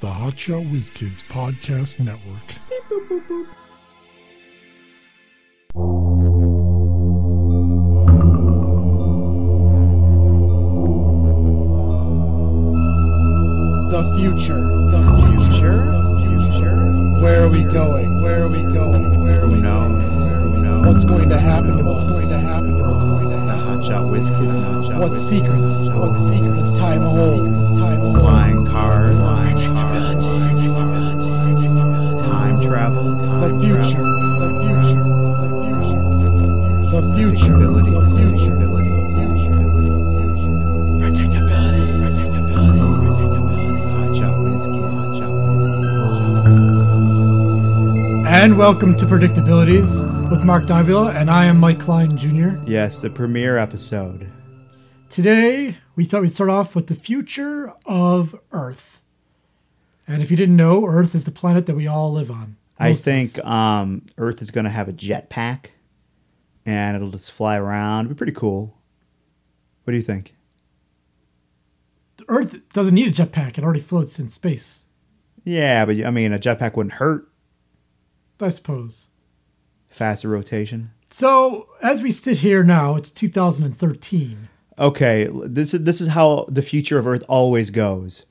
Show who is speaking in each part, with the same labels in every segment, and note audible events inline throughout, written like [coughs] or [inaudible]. Speaker 1: the Hotshot Whiz Kids Podcast Network.
Speaker 2: The future. The future. The future. Where are we going? Where are we going? Where are we
Speaker 3: Who knows? Who knows?
Speaker 2: What's going to happen? to What's going to happen? to What's going to
Speaker 3: The
Speaker 2: happen?
Speaker 3: hot shot whiz kids and hot shot
Speaker 2: What
Speaker 3: whiz
Speaker 2: secrets?
Speaker 3: kids.
Speaker 2: What secrets? This time hold. This time hold.
Speaker 3: Flying cars. Time travel.
Speaker 2: The
Speaker 3: Time
Speaker 2: future.
Speaker 3: travel.
Speaker 2: The future. The future.
Speaker 3: Abilities.
Speaker 2: The future. The future.
Speaker 3: Abilities. Abilities. Hot shot whiz kids. Hot shot whiz kids.
Speaker 2: And welcome to Predictabilities with Mark Davila, and I am Mike Klein Jr.
Speaker 3: Yes, the premiere episode.
Speaker 2: Today, we thought we'd start off with the future of Earth. And if you didn't know, Earth is the planet that we all live on.
Speaker 3: I
Speaker 2: Most of
Speaker 3: think
Speaker 2: us.
Speaker 3: um, Earth is going to have a jetpack, and it'll just fly around. It'll be pretty cool. What do you think?
Speaker 2: Earth doesn't need a jetpack, it already floats in space,
Speaker 3: Yeah, but I mean, a jetpack wouldn't hurt.
Speaker 2: I suppose.
Speaker 3: Faster rotation.
Speaker 2: So, as we sit here now, it's 2013.
Speaker 3: okay, this is this is how the future of Earth always goes.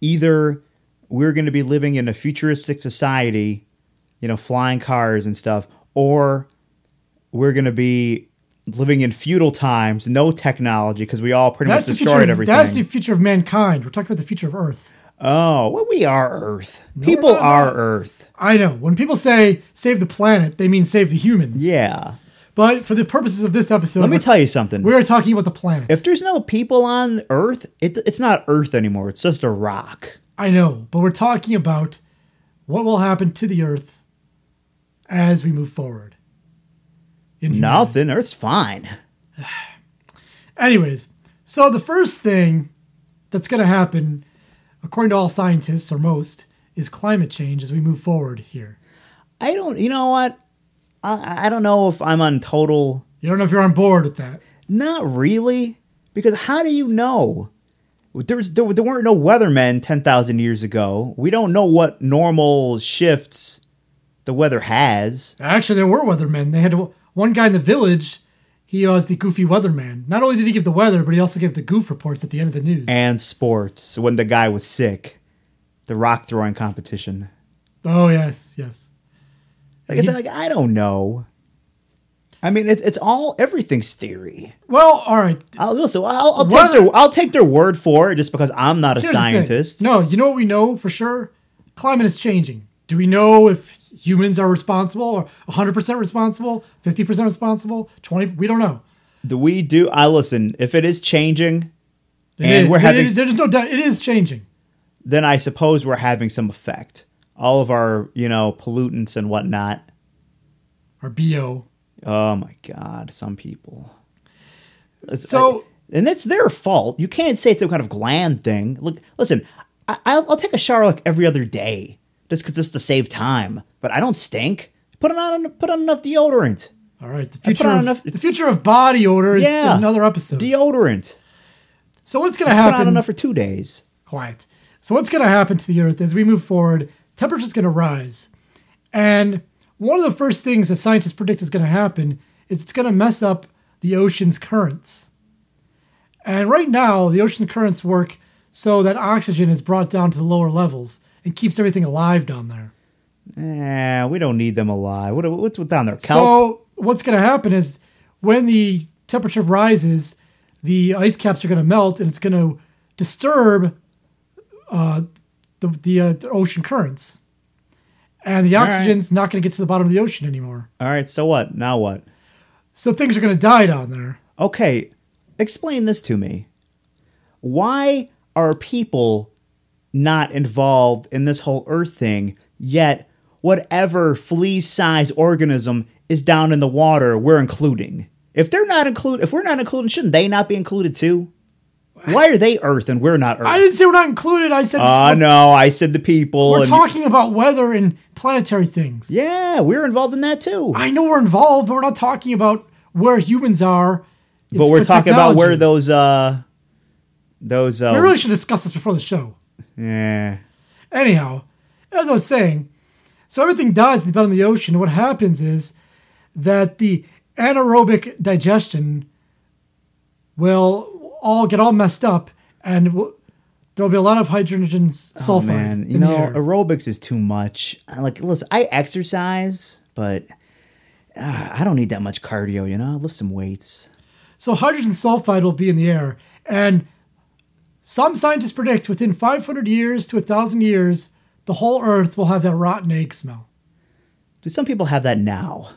Speaker 3: Either we're going to be living in a futuristic society, you know, flying cars and stuff, or we're going to be living in feudal times, no technology, because we all pretty
Speaker 2: That's the,
Speaker 3: much
Speaker 2: future
Speaker 3: destroyed
Speaker 2: of,
Speaker 3: everything.
Speaker 2: that's the future of mankind. We're talking about the future of Earth.
Speaker 3: oh, well, we are Earth.
Speaker 2: No,
Speaker 3: People
Speaker 2: no, no.
Speaker 3: are Earth.
Speaker 2: I know. When people say save the planet, they mean save the humans.
Speaker 3: Yeah.
Speaker 2: But for the purposes of this episode,
Speaker 3: Let me
Speaker 2: we're-
Speaker 3: tell you something.
Speaker 2: we're talking about the planet.
Speaker 3: if there's no people on Earth, it, it's not Earth anymore. It's just a rock.
Speaker 2: I know, but we're talking about what will happen to the Earth as we move forward. In humanity.
Speaker 3: Nothing. Earth's fine.
Speaker 2: Anyways, so the first thing that's going to happen, according to all scientists or most, is climate change as we move forward here.
Speaker 3: I don't. You know what? I I don't know if I'm on total.
Speaker 2: You don't know if you're on board with that.
Speaker 3: Not really, because how do you know? There was there, there weren't no weathermen ten thousand years ago. We don't know what normal shifts the weather has.
Speaker 2: Actually, there were weathermen. They had one guy in the village. He was the goofy weatherman. Not only did he give the weather, but he also gave the goof reports at the end of the news.
Speaker 3: And sports when the guy was sick, the rock throwing competition.
Speaker 2: oh yes, yes.
Speaker 3: Like I said, like I don't know. I mean, it's it's all everything's theory.
Speaker 2: Well, all right.
Speaker 3: I'll, listen, I'll, I'll take
Speaker 2: Weather-
Speaker 3: their I'll take their word for it, just because I'm not a
Speaker 2: Here's the thing.
Speaker 3: scientist.
Speaker 2: No, you know what we know for sure? Climate is changing. Do we know if humans are responsible or 100% responsible, 50% responsible, 20 we don't know.
Speaker 3: Do we do? I listen. If it is changing,
Speaker 2: It
Speaker 3: And
Speaker 2: is-
Speaker 3: we're
Speaker 2: it
Speaker 3: having-
Speaker 2: is- there's no doubt it is changing.
Speaker 3: then I suppose we're having some effect. All of our, you know, pollutants and whatnot.
Speaker 2: Or BO.
Speaker 3: Oh my God, some people. It's-
Speaker 2: So-
Speaker 3: and that's their fault. You can't say it's some kind of gland thing. Look, listen, I, I'll, I'll take a shower like every other day, just 'cause just to save time. But I don't stink. Put it on, put on enough deodorant.
Speaker 2: All right, the future
Speaker 3: on
Speaker 2: of,
Speaker 3: enough-
Speaker 2: the future of body odor is
Speaker 3: Yeah.
Speaker 2: another episode.
Speaker 3: Deodorant.
Speaker 2: so what's going to
Speaker 3: Put on
Speaker 2: happen?
Speaker 3: enough for two days.
Speaker 2: quiet. So what's going to happen to the Earth as we move forward? Temperature's going to rise, and one of the first things that scientists predict is going to happen is it's going to mess up the ocean's currents. And right now, the ocean currents work so that oxygen is brought down to the lower levels and keeps everything alive down there.
Speaker 3: Eh, we don't need them alive. What, what's what's down there? Kelp?
Speaker 2: So what's going to happen is when the temperature rises, the ice caps are going to melt, and it's going to disturb uh, the the, uh, the ocean currents, and the
Speaker 3: right.
Speaker 2: oxygen's not going to get to the bottom of the ocean anymore.
Speaker 3: All right. So what? Now what?
Speaker 2: So things are going to die down there.
Speaker 3: Okay, explain this to me. Why are people not involved in this whole Earth thing, yet whatever flea sized organism is down in the water, we're including? If they're not included, if we're not included, shouldn't they not be included too? Why are they Earth and we're not
Speaker 2: I
Speaker 3: Earth?
Speaker 2: didn't say we're not included. I said
Speaker 3: Uh, no, I said the people.
Speaker 2: we're
Speaker 3: and-
Speaker 2: talking about weather and planetary things.
Speaker 3: yeah, we're involved in that too.
Speaker 2: I know we're involved, but we're not talking about where humans are.
Speaker 3: But we're talking about where
Speaker 2: the.
Speaker 3: those, uh, those, uh,
Speaker 2: We really should discuss this before the show.
Speaker 3: yeah.
Speaker 2: Anyhow, as I was saying, so everything dies at the bottom of the ocean. What happens is that the anaerobic digestion will all get all messed up, and w- there'll be a lot of hydrogen s-
Speaker 3: Oh,
Speaker 2: sulfide
Speaker 3: man, you
Speaker 2: in
Speaker 3: know
Speaker 2: the air.
Speaker 3: aerobics is too much. I- Like, listen, I exercise, but ah, I don't need that much cardio. You know, I lift some weights.
Speaker 2: So hydrogen sulfide will be in the air, and some scientists predict within 500 years to 1,000 years, the whole Earth will have that rotten egg smell.
Speaker 3: Do some people have that now?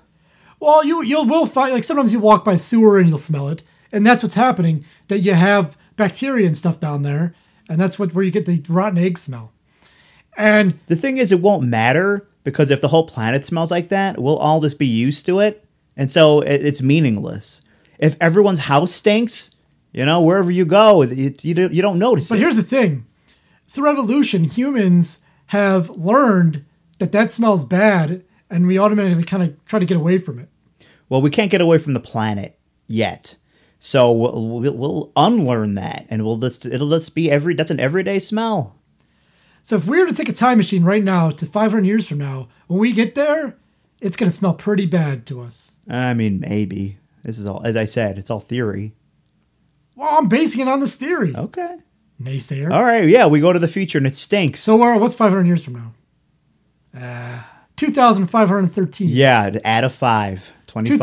Speaker 2: Well, you you will find like sometimes you walk by sewer and you'll smell it, and that's what's happening. That you have bacteria and stuff down there, and that's what where you get the rotten egg smell. And
Speaker 3: The thing is, it won't matter because if the whole planet smells like that, we'll all just be used to it. And so it, it's meaningless. If everyone's house stinks, you know, wherever you go, it, you, don't- you don't notice
Speaker 2: but
Speaker 3: it.
Speaker 2: here's the thing: through evolution, humans have learned that that smells bad, and we automatically kind of try to get away from it.
Speaker 3: Well, we can't get away from the planet yet. So we'll, we'll, we'll unlearn that and we'll just, it'll just be every, that's an everyday smell.
Speaker 2: So if we were to take a time machine right now to 500 years from now, when we get there, it's going to smell pretty bad to us.
Speaker 3: I mean, maybe. This is all, as I said, it's all theory.
Speaker 2: Well, I'm basing it on this theory,
Speaker 3: Okay.
Speaker 2: naysayer.
Speaker 3: Oh. All right. Yeah. We go to the future and it stinks.
Speaker 2: So where, what's 500 years from now? Uh, 2,513.
Speaker 3: yeah. Add a five. 25.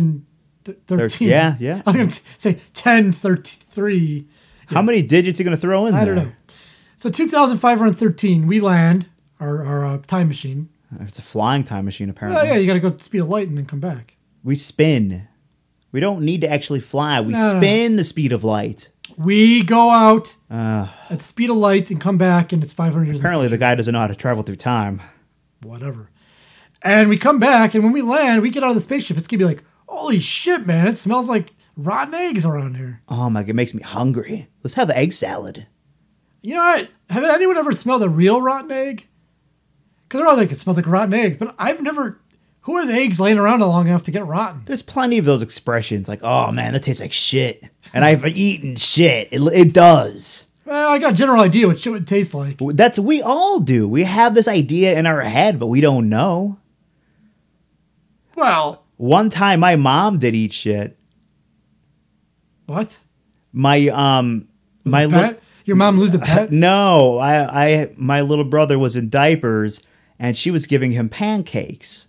Speaker 2: 2,513.
Speaker 3: Yeah, yeah.
Speaker 2: I'm going to say 1033.
Speaker 3: How many digits are you going to throw in
Speaker 2: I
Speaker 3: there?
Speaker 2: don't know. So 2,513, we land, our, our uh, time machine.
Speaker 3: It's a flying time machine,
Speaker 2: Oh,
Speaker 3: apparently.
Speaker 2: yeah, you got to go speed of light and then come back.
Speaker 3: We spin. We don't need to actually fly. We
Speaker 2: No, no, no.
Speaker 3: spin the speed of light.
Speaker 2: We go out
Speaker 3: Uh,
Speaker 2: at the speed of light and come back, and it's 500 years. in the
Speaker 3: apparently, the guy doesn't know how to travel through time.
Speaker 2: whatever. And we come back, and when we land, we get out of the spaceship. It's gonna be like, holy shit, man! It smells like rotten eggs around here.
Speaker 3: Oh my! It makes me hungry. Let's have egg salad.
Speaker 2: You know, what? have anyone ever smelled a real rotten egg? Because they're all like, it smells like rotten eggs, but I've never. Who are the eggs laying around long enough to get rotten?
Speaker 3: There's plenty of those expressions like, "Oh man, that tastes like shit," and I've eaten shit. It, it does.
Speaker 2: Well, I got a general idea what shit would taste like.
Speaker 3: That's we all do. We have this idea in our head, but we don't know.
Speaker 2: Well,
Speaker 3: One time, my mom did eat shit.
Speaker 2: what?
Speaker 3: My um, my
Speaker 2: Pet?
Speaker 3: lit-
Speaker 2: Your mom lose a pet?
Speaker 3: No, I, I, my little brother was in diapers, and she was giving
Speaker 2: [laughs]
Speaker 3: him pancakes.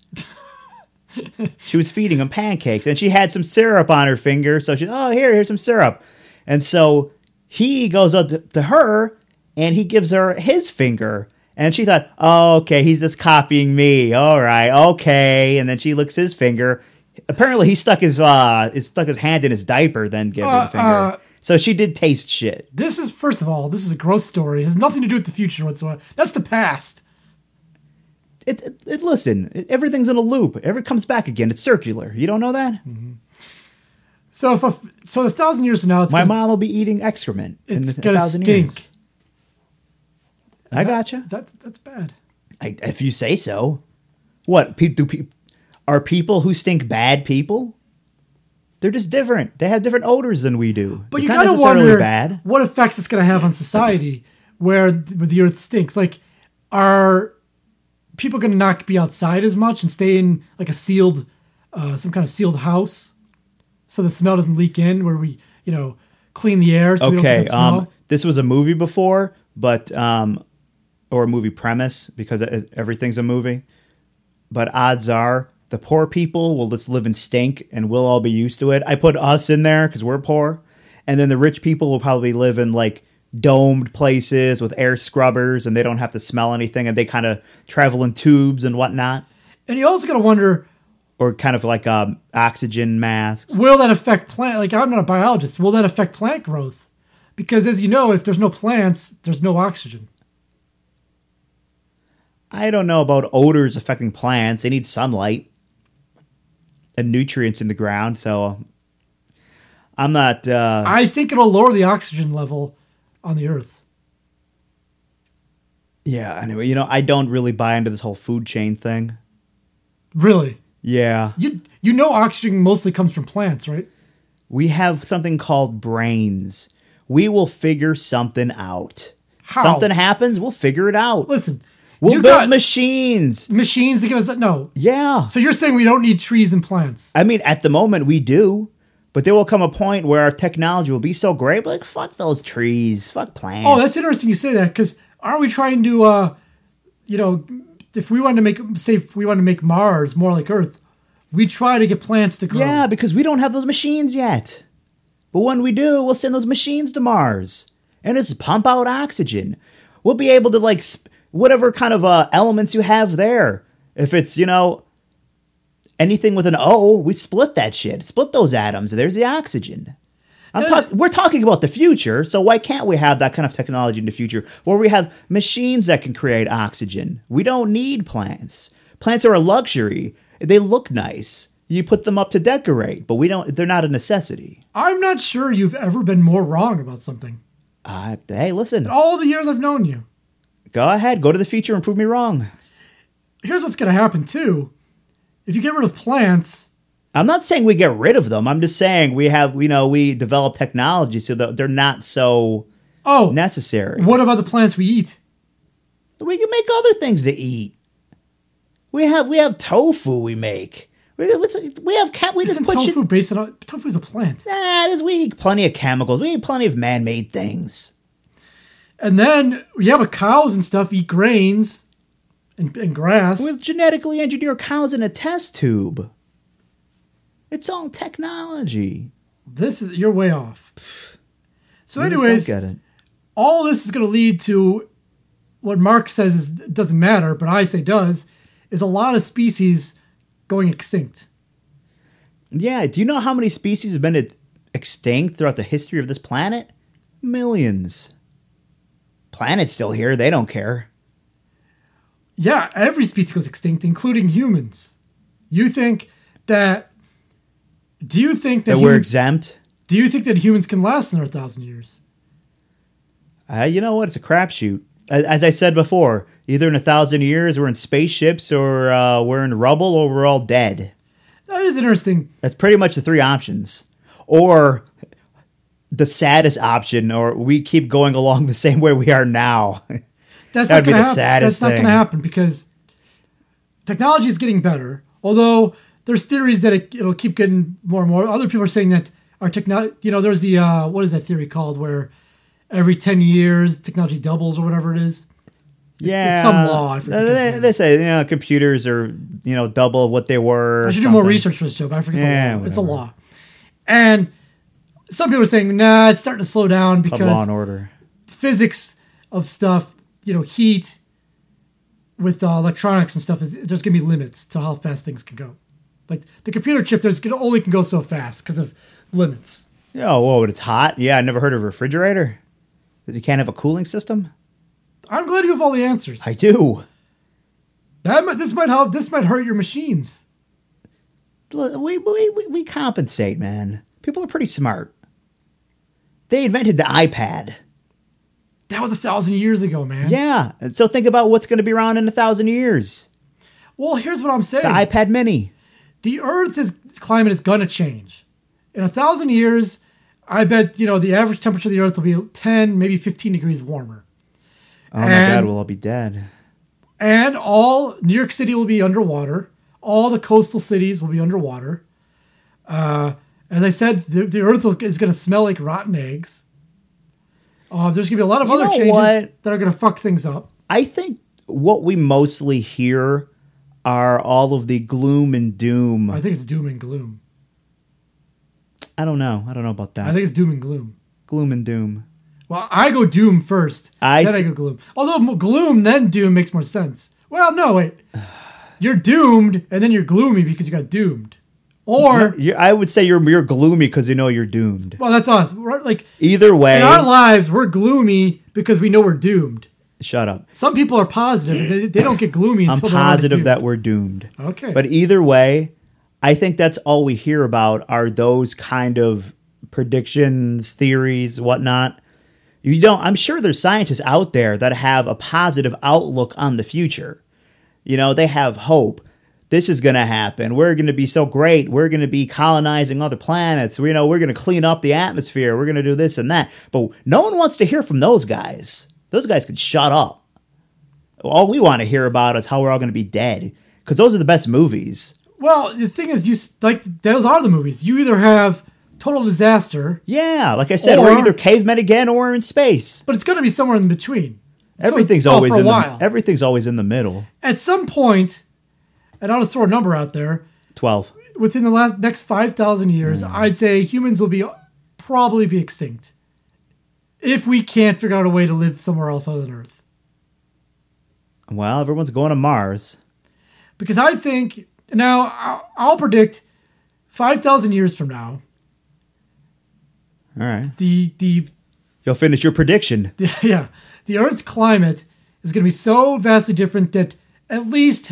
Speaker 3: she was feeding him pancakes, and she had some syrup on her finger. So she, oh, here, here's some syrup. And so he goes up to, to her, and he gives her his finger. And she thought, oh, okay, he's just copying me. All right, okay. And then she licks his finger. Apparently, he stuck his uh, he stuck his hand in his diaper, then gave her
Speaker 2: Uh,
Speaker 3: the finger.
Speaker 2: uh.
Speaker 3: so she did taste shit.
Speaker 2: This is first of all, this is a gross story. It has nothing to do with the future whatsoever. That's the past.
Speaker 3: it, it, it listen, it- everything's in a loop. Every it comes back again. It's circular. You don't know that?
Speaker 2: So if a, so, a thousand years from now, it's
Speaker 3: My
Speaker 2: gonna,
Speaker 3: mom will be eating excrement in
Speaker 2: it's
Speaker 3: a
Speaker 2: gonna
Speaker 3: thousand
Speaker 2: stink.
Speaker 3: years. I gotcha.
Speaker 2: That, that's bad.
Speaker 3: I, if you say so. What pe- do pe- are people who stink bad people? They're just different. They have different odors than we do.
Speaker 2: But
Speaker 3: it's
Speaker 2: you
Speaker 3: not
Speaker 2: gotta
Speaker 3: necessarily
Speaker 2: wonder
Speaker 3: bad.
Speaker 2: what effects it's gonna have on society, where th- where the earth stinks. Like, are people gonna not be outside as much and stay in like a sealed, uh, some kind of sealed house, so the smell doesn't leak in? Where we, you know, clean the air so we don't
Speaker 3: okay
Speaker 2: get that smell.
Speaker 3: um this was a movie before but um or a movie premise because e- everything's a movie but odds are the poor people will just live in stink and we'll all be used to it i put us in there because we're poor and then the rich people will probably live in like domed places with air scrubbers and they don't have to smell anything and they kind of travel in tubes and whatnot
Speaker 2: and you also gotta wonder
Speaker 3: or kind of like um, oxygen masks
Speaker 2: will that affect plant like i'm not a biologist will that affect plant growth because as you know if there's no plants there's no oxygen
Speaker 3: I don't know about odors affecting plants. They need sunlight and nutrients in the ground. So I'm not. Uh,
Speaker 2: i think it'll lower the oxygen level on the earth
Speaker 3: yeah. Anyway, you know, I don't really buy into this whole food chain thing.
Speaker 2: really
Speaker 3: Yeah.
Speaker 2: you you know oxygen mostly comes from plants right
Speaker 3: We have something called brains. We will figure something out.
Speaker 2: How?
Speaker 3: Something happens, we'll figure it out.
Speaker 2: Listen,
Speaker 3: We'll
Speaker 2: you
Speaker 3: build
Speaker 2: got
Speaker 3: machines.
Speaker 2: machines to give us no.
Speaker 3: Yeah.
Speaker 2: So you're saying we don't need trees and plants?
Speaker 3: I mean, at the moment we do, but there will come a point where our technology will be so great, but like fuck those trees, fuck plants.
Speaker 2: Oh, that's interesting you say that because aren't we trying to, uh, you know, if we wanted to make say if we wanted to make Mars more like Earth, we try to get plants to grow.
Speaker 3: yeah, because we don't have those machines yet. But when we do, we'll send those machines to Mars and just pump out oxygen. We'll be able to like sp- whatever kind of uh, elements you have there. If it's you know anything with an O, we split that shit, split those atoms. and There's the oxygen. I'm talk- we're talking about the future, so why can't we have that kind of technology in the future where we have machines that can create oxygen? We don't need plants. Plants are a luxury. They look nice. You put them up to decorate, but we don't they're not a necessity.
Speaker 2: I'm not sure you've ever been more wrong about something.
Speaker 3: Uh, hey, listen.
Speaker 2: All the years I've known you.
Speaker 3: Go ahead, go to the future and prove me wrong.
Speaker 2: Here's what's going to happen too. If you get rid of plants,
Speaker 3: I'm not saying we get rid of them. I'm just saying we have, you know, we develop technology so that they're not so
Speaker 2: oh,
Speaker 3: necessary.
Speaker 2: what about the plants we eat?
Speaker 3: We can make other things to eat. We have we have tofu we make. We, what's, we have cat. We just
Speaker 2: Isn't
Speaker 3: put
Speaker 2: tofu
Speaker 3: shit.
Speaker 2: based on tofu's a plant?
Speaker 3: Nah, this we eat plenty of chemicals. We eat plenty of man-made things.
Speaker 2: And then yeah, but cows and stuff eat grains and, and grass.
Speaker 3: We genetically engineer cows in a test tube. It's all technology.
Speaker 2: This is you're way off. So,
Speaker 3: You just don't
Speaker 2: anyways,
Speaker 3: get it.
Speaker 2: all this is going to lead to what Mark says is, doesn't matter, but I say does, is a lot of species going extinct.
Speaker 3: Yeah. Do you know how many species have been ex- extinct throughout the history of this planet? Millions. Planet's still here. They don't care.
Speaker 2: Yeah, every species goes extinct, including humans. You think that? Do you think that,
Speaker 3: That we're
Speaker 2: hum-
Speaker 3: exempt.
Speaker 2: do you think that humans can last another thousand years?
Speaker 3: Uh, you know what? It's a crapshoot. As, as I said before, either in a thousand years we're in spaceships, or uh, we're in rubble, or we're all dead.
Speaker 2: That is interesting.
Speaker 3: That's pretty much the three options. Or the saddest option, or we keep going along [laughs] the same way we are now.
Speaker 2: That's not
Speaker 3: That'd be
Speaker 2: gonna
Speaker 3: the
Speaker 2: happen.
Speaker 3: saddest
Speaker 2: That's not going
Speaker 3: thing.
Speaker 2: to happen because technology is getting better. Although there's theories that it, it'll keep getting more and more. Other people are saying that our technology, you know, there's the uh, what is that theory called where every 10 years technology doubles or whatever it is.
Speaker 3: yeah,
Speaker 2: some law, I forget
Speaker 3: Uh,
Speaker 2: his
Speaker 3: They,
Speaker 2: name.
Speaker 3: they say you know computers are you know double what they were.
Speaker 2: I
Speaker 3: or
Speaker 2: should do more
Speaker 3: something.
Speaker 2: research for this show, but I forget
Speaker 3: Yeah,
Speaker 2: the law. It's a
Speaker 3: whatever.
Speaker 2: law. And some people are saying, nah, it's starting to slow down
Speaker 3: Of Law and
Speaker 2: because
Speaker 3: Order.
Speaker 2: physics of stuff, you know, heat with uh, electronics and stuff, is, there's going to be limits to how fast things can go. Like the computer chip, there's can only can go so fast because of limits.
Speaker 3: Oh, whoa! But it's hot. Yeah, I never heard of a refrigerator. You can't have a cooling system.
Speaker 2: I'm glad you have all the answers.
Speaker 3: I do.
Speaker 2: that might, this might help. This might hurt your machines.
Speaker 3: Look, we, we, we, we compensate, man. People are pretty smart. They invented the iPad.
Speaker 2: That was a thousand years ago, man.
Speaker 3: Yeah. and So think about what's going to be around in a thousand years.
Speaker 2: Well, here's what I'm saying.
Speaker 3: The iPad Mini.
Speaker 2: the Earth is climate is gonna change. In a thousand years, I bet you know the average temperature of the Earth will be 10, maybe 15 degrees warmer,
Speaker 3: Oh my God,
Speaker 2: And-
Speaker 3: we'll all be dead.
Speaker 2: and all New York City will be underwater. All the coastal cities will be underwater. Uh, as I said, the, the Earth will, is gonna smell like rotten eggs. Uh, there's gonna be a lot of
Speaker 3: You
Speaker 2: other
Speaker 3: know
Speaker 2: changes
Speaker 3: what?
Speaker 2: that are gonna fuck things up.
Speaker 3: I think what we mostly hear are all of the gloom and doom.
Speaker 2: I think it's doom and gloom.
Speaker 3: I don't know. I don't know about
Speaker 2: I
Speaker 3: that.
Speaker 2: think it's doom and gloom.
Speaker 3: gloom and doom.
Speaker 2: Well, I go Doom first.
Speaker 3: I
Speaker 2: then I
Speaker 3: s-
Speaker 2: go Gloom. Although m- Gloom then Doom makes more sense. Well, no, wait. You're doomed, and then you're gloomy because you got doomed. Or
Speaker 3: You- I would say you're you're gloomy because you know you're doomed.
Speaker 2: well, that's us. We're, like
Speaker 3: Either way,
Speaker 2: in our lives, we're gloomy because we know we're doomed.
Speaker 3: shut up.
Speaker 2: Some people are positive; they, they don't get gloomy.
Speaker 3: I'm
Speaker 2: Until they're already
Speaker 3: positive
Speaker 2: doomed.
Speaker 3: that we're doomed.
Speaker 2: Okay,
Speaker 3: But either way, I think that's all we hear about are those kind of predictions, theories, whatnot. You don't. I'm sure there's scientists out there that have a positive outlook on the future. You know, they have hope. This is going to happen. We're going to be so great. We're going to be colonizing other planets. We, you know, we're going to clean up the atmosphere. We're going to do this and that. But no one wants to hear from those guys. Those guys could shut up. All we want to hear about is how we're all going to be dead because those are the best movies.
Speaker 2: Well, the thing is, you s- like those are the movies. You either have total disaster,
Speaker 3: Yeah, like I said, we're
Speaker 2: Or-
Speaker 3: either cavemen again or we're in space.
Speaker 2: but it's going to be somewhere in between. It's gonna
Speaker 3: Everything's
Speaker 2: go
Speaker 3: always
Speaker 2: for a
Speaker 3: in
Speaker 2: while.
Speaker 3: the everything's always in the middle.
Speaker 2: At some point, and I'll just throw a number out there.
Speaker 3: Twelve.
Speaker 2: Within the last next five thousand years,
Speaker 3: Mm.
Speaker 2: I'd say humans will be probably be extinct if we can't figure out a way to live somewhere else other than Earth.
Speaker 3: Well, everyone's going to Mars.
Speaker 2: because I think now I'll, I'll predict five thousand years from now
Speaker 3: All right,
Speaker 2: the the
Speaker 3: you'll finish your prediction.
Speaker 2: yeah the [laughs] Earth's climate is going to be so vastly different that at least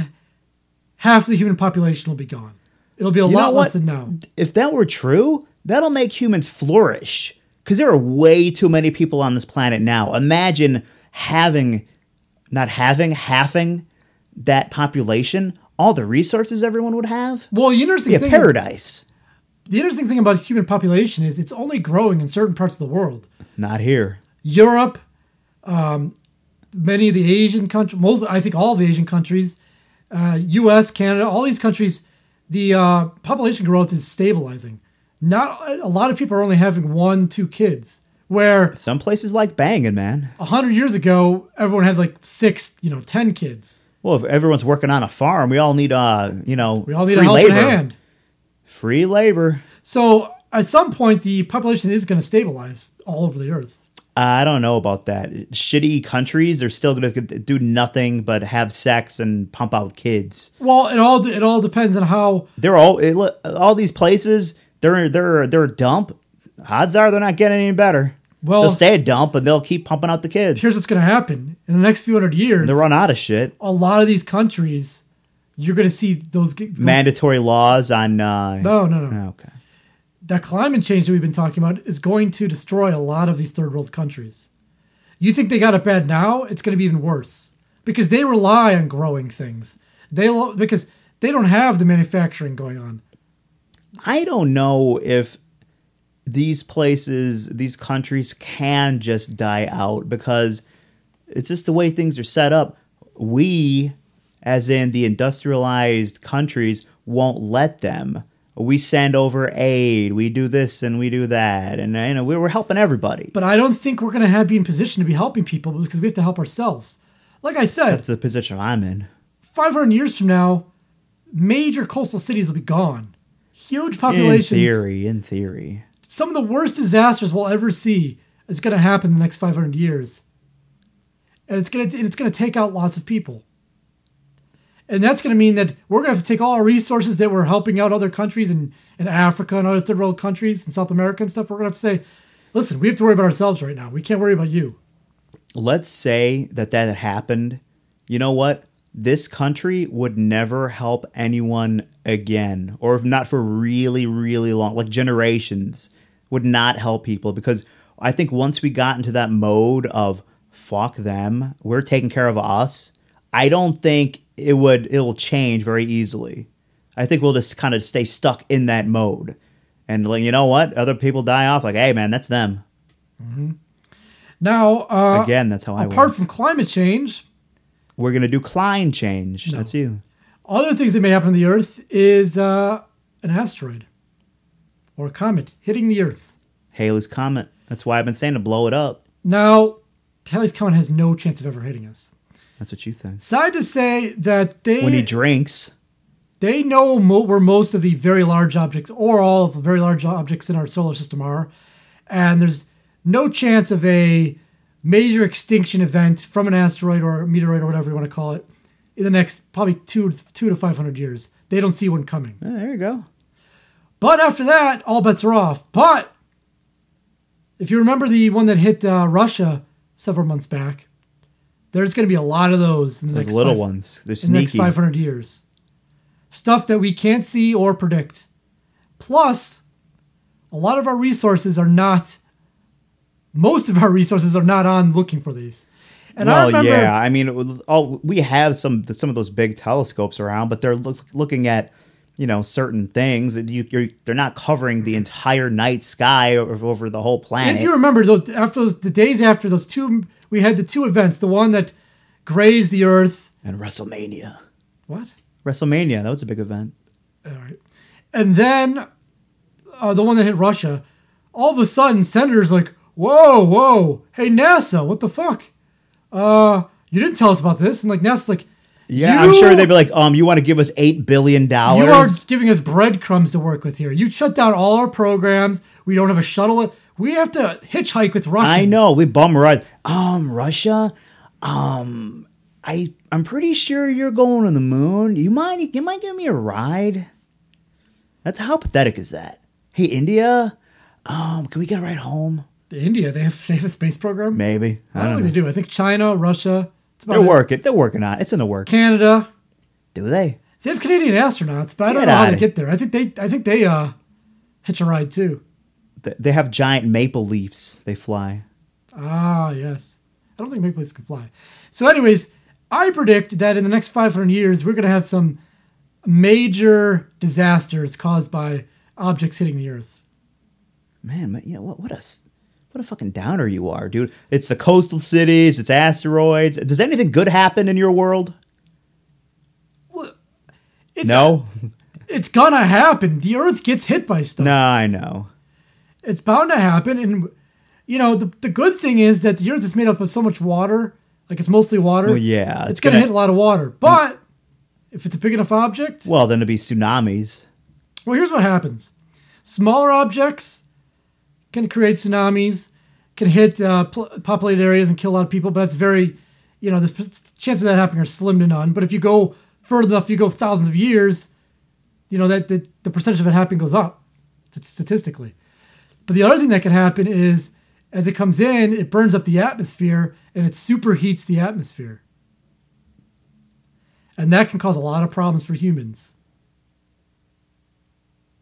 Speaker 2: half the human population will be gone. It'll be a
Speaker 3: You know
Speaker 2: lot less
Speaker 3: what?
Speaker 2: than now.
Speaker 3: If that were true, that'll make humans flourish because there are way too many people on this planet now. Imagine having, not having, halving that population, all the resources everyone would have.
Speaker 2: Well, the interesting
Speaker 3: Yeah,
Speaker 2: thing
Speaker 3: paradise.
Speaker 2: the interesting thing about human population is it's only growing in certain parts of the world.
Speaker 3: Not here.
Speaker 2: Europe, um, many of the Asian countries, most I think all of the Asian countries, uh, U.S., Canada, all these countries, the uh, population growth is stabilizing. Not a lot of people are only having one, two kids. Where
Speaker 3: Some places like banging, man.
Speaker 2: hundred years ago, everyone had like six, you know, ten kids.
Speaker 3: Well, if everyone's working on a farm, we all need, uh, you know,
Speaker 2: We all need
Speaker 3: free
Speaker 2: a helping
Speaker 3: labor.
Speaker 2: hand.
Speaker 3: Free labor.
Speaker 2: So at some point, the population is going to stabilize all over the earth.
Speaker 3: I don't know about that. Shitty countries are still going to do nothing but have sex and pump out kids.
Speaker 2: Well, it all it all depends on how
Speaker 3: They're all it, look, all these places. They're they're they're a dump. Odds are they're not getting any better.
Speaker 2: Well-
Speaker 3: they'll stay a dump and they'll keep pumping out the kids.
Speaker 2: here's what's going to happen in the next few hundred years.
Speaker 3: they run out of shit.
Speaker 2: a lot of these countries, you're going to see those. g-
Speaker 3: Mandatory laws on. Uh,
Speaker 2: No, no, no.
Speaker 3: Okay.
Speaker 2: That climate change that we've been talking about is going to destroy a lot of these third world countries. You think they got it bad now? It's going to be even worse because they rely on growing things. They lo- because they don't have the manufacturing going on.
Speaker 3: I don't know if these places, these countries can just die out because it's just the way things are set up. We, as in the industrialized countries, won't let them. We send over aid, we do this and we do that, and you know, we were helping everybody.
Speaker 2: But I don't think we're going to have be in position to be helping people because we have to help ourselves. Like I said,
Speaker 3: That's the position I'm in.
Speaker 2: 500 years from now, major coastal cities will be gone. Huge
Speaker 3: In
Speaker 2: populations.
Speaker 3: theory, in theory.
Speaker 2: some of the worst disasters we'll ever see is going to happen in the next 500 years and it's going to and it's going to take out lots of people and that's going to mean that we're going to have to take all our resources that we're helping out other countries in, in africa and other third world countries and south america and stuff we're going to have to say listen we have to worry about ourselves right now we can't worry about you
Speaker 3: let's say that that had happened, you know what? This country would never help anyone again, or if not for really, really long, like generations, would not help people because I think once we got into that mode of fuck them, we're taking care of us. I don't think it would it'll change very easily. I think we'll just kind of stay stuck in that mode, and like you know what, other people die off. Like, hey man, that's them.
Speaker 2: now uh,
Speaker 3: Again, that's how I.
Speaker 2: apart
Speaker 3: work.
Speaker 2: from climate change
Speaker 3: We're gonna do Klein change. That's you.
Speaker 2: other things that may happen to the earth is uh, an asteroid or a comet hitting the earth
Speaker 3: Haley's comment. That's why I've been saying to blow it up.
Speaker 2: Now, Haley's Comet has no chance of ever hitting us.
Speaker 3: That's what you think.
Speaker 2: Scientists say that they
Speaker 3: When he drinks,
Speaker 2: they know mo- where most of the very large objects or all of the very large objects in our solar system are, and there's no chance of a major extinction event from an asteroid or meteorite or whatever you want to call it in the next probably two two to five hundred years. They don't see one coming.
Speaker 3: Eh, there you go.
Speaker 2: But after that, all bets are off. But if you remember the one that hit uh, Russia several months back, there's going to be a lot of those in the
Speaker 3: Those
Speaker 2: next
Speaker 3: little
Speaker 2: five-
Speaker 3: ones, they're
Speaker 2: in the next
Speaker 3: sneaky.
Speaker 2: 500 years. Stuff that we can't see or predict. Plus, a lot of our resources are not. Most of our resources are not on looking for these. And I
Speaker 3: well,
Speaker 2: remember,
Speaker 3: Oh, yeah. I mean, it was all, we have some some of those big telescopes around, but they're look, looking at you know certain things. And You, you're, they're not covering the entire night sky over, over the whole
Speaker 2: And
Speaker 3: planet.
Speaker 2: you remember those after those the days after those two we had the two events the one that grazed the earth.
Speaker 3: And WrestleMania.
Speaker 2: What?
Speaker 3: WrestleMania, that was a big event.
Speaker 2: All right. And then uh, the one that hit Russia. All of a sudden, senators like, whoa, whoa, hey NASA, what the fuck? Uh, you didn't tell us about this, and like NASA's like,
Speaker 3: Yeah, I'm
Speaker 2: "You-
Speaker 3: sure they'd be like, um, you want to give us eight billion
Speaker 2: you are
Speaker 3: dollars?
Speaker 2: giving us breadcrumbs to work with here. You shut down all our programs. We don't have a shuttle. We have to hitchhike with Russians.
Speaker 3: I know we bum right. Um, Russia, um, I I'm pretty sure you're going to the moon. You mind? You might give me a ride. That's how pathetic is that? Hey, India, um, can we get a ride home?
Speaker 2: India, they have they have a space program.
Speaker 3: Maybe I
Speaker 2: I don't
Speaker 3: don't
Speaker 2: think
Speaker 3: know.
Speaker 2: they do. I think China, Russia, it's about
Speaker 3: They're
Speaker 2: it.
Speaker 3: working. They're working on. it. It's in the work.
Speaker 2: Canada.
Speaker 3: Do they?
Speaker 2: They have Canadian astronauts, but I don't
Speaker 3: Get
Speaker 2: know how
Speaker 3: outta
Speaker 2: they get there. I think they I think they uh hitch a ride too.
Speaker 3: Th- They have giant maple leaves. They fly.
Speaker 2: Ah, yes. I don't think Maple Leafs can fly. So, anyways, I predict that in the next 500 years, we're going to have some major disasters caused by objects hitting the Earth.
Speaker 3: Man, man, you know what? What a s- what a fucking downer you are, dude. It's the coastal cities. It's asteroids. Does anything good happen in your world?
Speaker 2: It's,
Speaker 3: no,
Speaker 2: It's going to happen. The Earth gets hit by stuff.
Speaker 3: no, I know.
Speaker 2: It's bound to happen. And, you know, the, the good thing is that the Earth is made up of so much water. Like, it's mostly water.
Speaker 3: Well, yeah,
Speaker 2: It's,
Speaker 3: it's
Speaker 2: going to
Speaker 3: gonna- Mm.
Speaker 2: hit a lot of water. But if it's a big enough object,
Speaker 3: Well, then it'd be tsunamis.
Speaker 2: Well, here's what happens: smaller objects can create tsunamis, can hit uh, pl- populated areas and kill a lot of people. But that's very, you know, the p- chances of that happening are slim to none. But if you go further enough, you go thousands of years, you know that, that the percentage of it happening goes up t- statistically. But the other thing that can happen is, as it comes in, it burns up the atmosphere and it superheats the atmosphere. And that can cause a lot of problems for humans.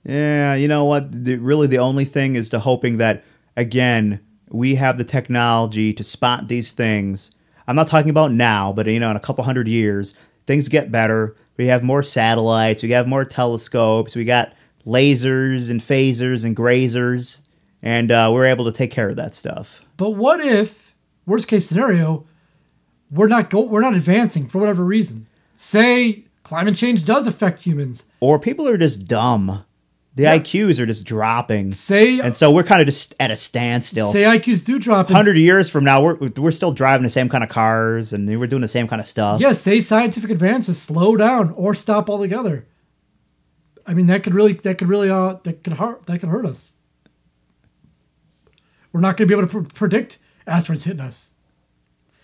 Speaker 3: Yeah, you know what? The, really, the only thing is to hoping that again we have the technology to spot these things. I'm not talking about now, but you know, in a couple hundred years, things get better. We have more satellites. We have more telescopes. We got lasers and phasers and grazers, and uh, we're able to take care of that stuff.
Speaker 2: But what if, worst case scenario, we're not go we're not advancing for whatever reason? Say climate change does affect humans.
Speaker 3: Or people are just dumb. The IQs are just dropping,
Speaker 2: Say
Speaker 3: and so we're kind of just at a standstill.
Speaker 2: say IQs do drop. and-
Speaker 3: hundred years from now, we're we're still driving the same kind of cars and we're doing the same kind of stuff.
Speaker 2: Yeah, say scientific advances slow down or stop altogether. I mean, that could really that could really uh that could hurt that could hurt us. We're not going to be able to pr- predict asteroids hitting us.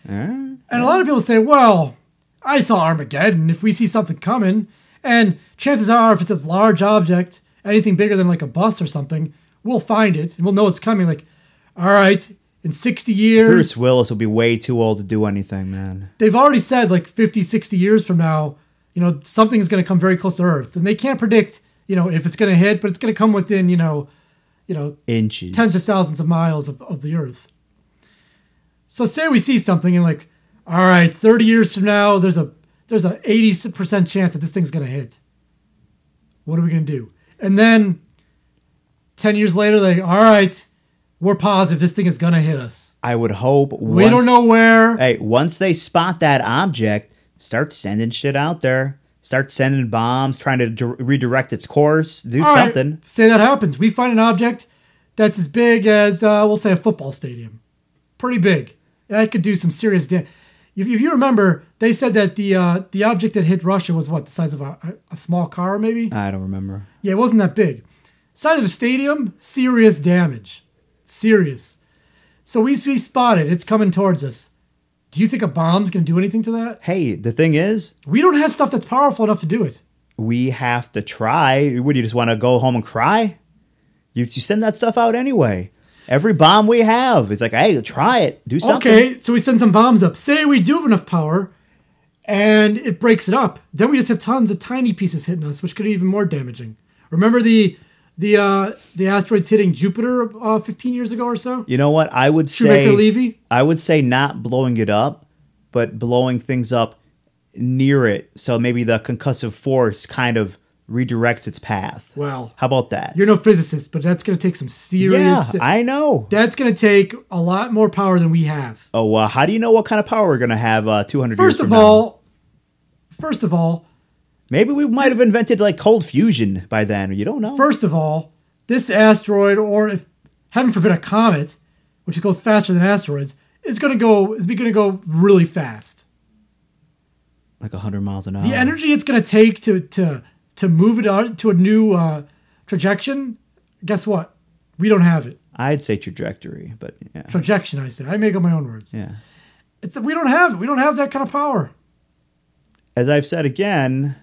Speaker 3: Eh?
Speaker 2: And a lot of people say, well, I saw Armageddon if we see something coming. And chances are, if it's a large object, anything bigger than like a bus or something, we'll find it and we'll know it's coming. Like, all right, in 60 years,
Speaker 3: Bruce Willis will be way too old to do anything, man.
Speaker 2: they've already said like 50, 60 years from now, you know, something's going to come very close to Earth. And they can't predict, you know, if it's going to hit, but it's going to come within, you know, you know,
Speaker 3: Inches.
Speaker 2: tens of thousands of miles of, of the earth. So say we see something and like, all right, 30 years from now, there's a there's a 80% chance that this thing's gonna hit. What are we gonna do? And then 10 years later, like, all right, we're positive this thing is gonna hit us.
Speaker 3: I would hope.
Speaker 2: We don't know where.
Speaker 3: Hey, once they spot that object, start sending shit out there. Start sending bombs, trying to dir- redirect its course. Do
Speaker 2: All right,
Speaker 3: something.
Speaker 2: say that happens. We find an object that's as big as, uh, we'll say, a football stadium. Pretty big. That could do some serious damage. If, if you remember, they said that the uh, the object that hit Russia was what the size of a, a- a small car, maybe.
Speaker 3: I don't remember.
Speaker 2: Yeah, it wasn't that big. Size of a stadium, serious damage, serious. So we we spot it. It's coming towards us. Do you think a bomb's gonna do anything to that?
Speaker 3: Hey, the thing is,
Speaker 2: We don't have stuff that's powerful enough to do it.
Speaker 3: we have to try. Would you just want to go home and cry? You, you send that stuff out anyway. Every bomb we have, it's like, hey, try it, do something.
Speaker 2: Okay, so we send some bombs up. Say we do have enough power and it breaks it up. Then we just have tons of tiny pieces hitting us, which could be even more damaging. Remember the the uh, the asteroids hitting Jupiter uh, 15 years ago or so?
Speaker 3: You know what? I would
Speaker 2: Shoemaker
Speaker 3: say
Speaker 2: Levy?
Speaker 3: I would say not blowing it up, but blowing things up near it. So maybe the concussive force kind of
Speaker 4: redirects its path.
Speaker 5: Wow.
Speaker 4: How about that?
Speaker 5: You're no physicist, but that's going to take some
Speaker 4: yeah,
Speaker 5: serious.
Speaker 4: I know.
Speaker 5: that's going to take a lot more power than we have.
Speaker 4: Oh, well, how do you know what kind of power we're going to have uh, 200 years
Speaker 5: First
Speaker 4: from
Speaker 5: of
Speaker 4: now?
Speaker 5: all, first of all,
Speaker 4: Maybe we might have invented like cold fusion by then. You don't know.
Speaker 5: first of all, this asteroid, or if heaven forbid, a comet, which goes faster than asteroids, is going to go is going to go really fast.
Speaker 4: like 100 miles an hour.
Speaker 5: The
Speaker 3: Oh.
Speaker 5: energy it's going to take to to to move it on to a new uh, trajectory. Guess what? We don't have it.
Speaker 4: I'd say trajectory, but yeah.
Speaker 5: Trajectory, I said. I make up my own words.
Speaker 4: Yeah.
Speaker 5: It's we don't have it. We don't have that kind of power.
Speaker 4: As I've said again,